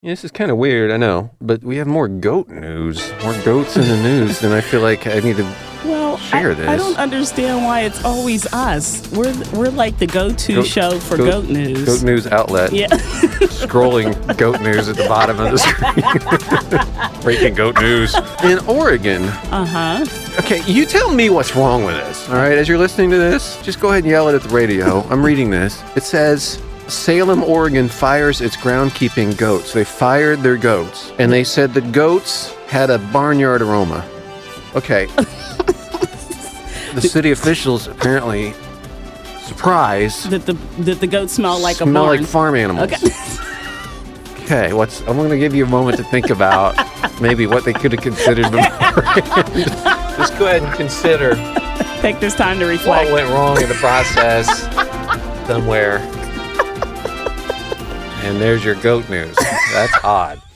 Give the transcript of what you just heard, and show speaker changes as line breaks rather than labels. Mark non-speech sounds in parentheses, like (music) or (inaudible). Yeah, this is kind of weird, I know, but we have more goat news, more goats in the news, and I feel like I need to.
Well,
Share
I, I
this.
don't understand why it's always us. We're we're like the go-to
Goat-
show for goat, news.
Goat news outlet.
Yeah, (laughs)
Scrolling goat news at the bottom of the screen.
(laughs)
Breaking goat news in Oregon.
uh huh.
Okay, you tell me what's wrong with this. All right, as you're listening to this, just go ahead and yell it at the radio. I'm reading this. It says Salem, Oregon fires its groundkeeping goats. They fired their goats, and they said the goats had a barnyard aroma. Okay. the city officials apparently surprised
That the that the goats smell like
smell
a barn.
like farm animals.
Okay. (laughs)
Okay, what's I'm gonna give you a moment to think about maybe what they could have considered before.
(laughs)
Just go ahead and consider
Take this time to
what
reflect.
went wrong in the process somewhere. And there's your goat news. That's odd.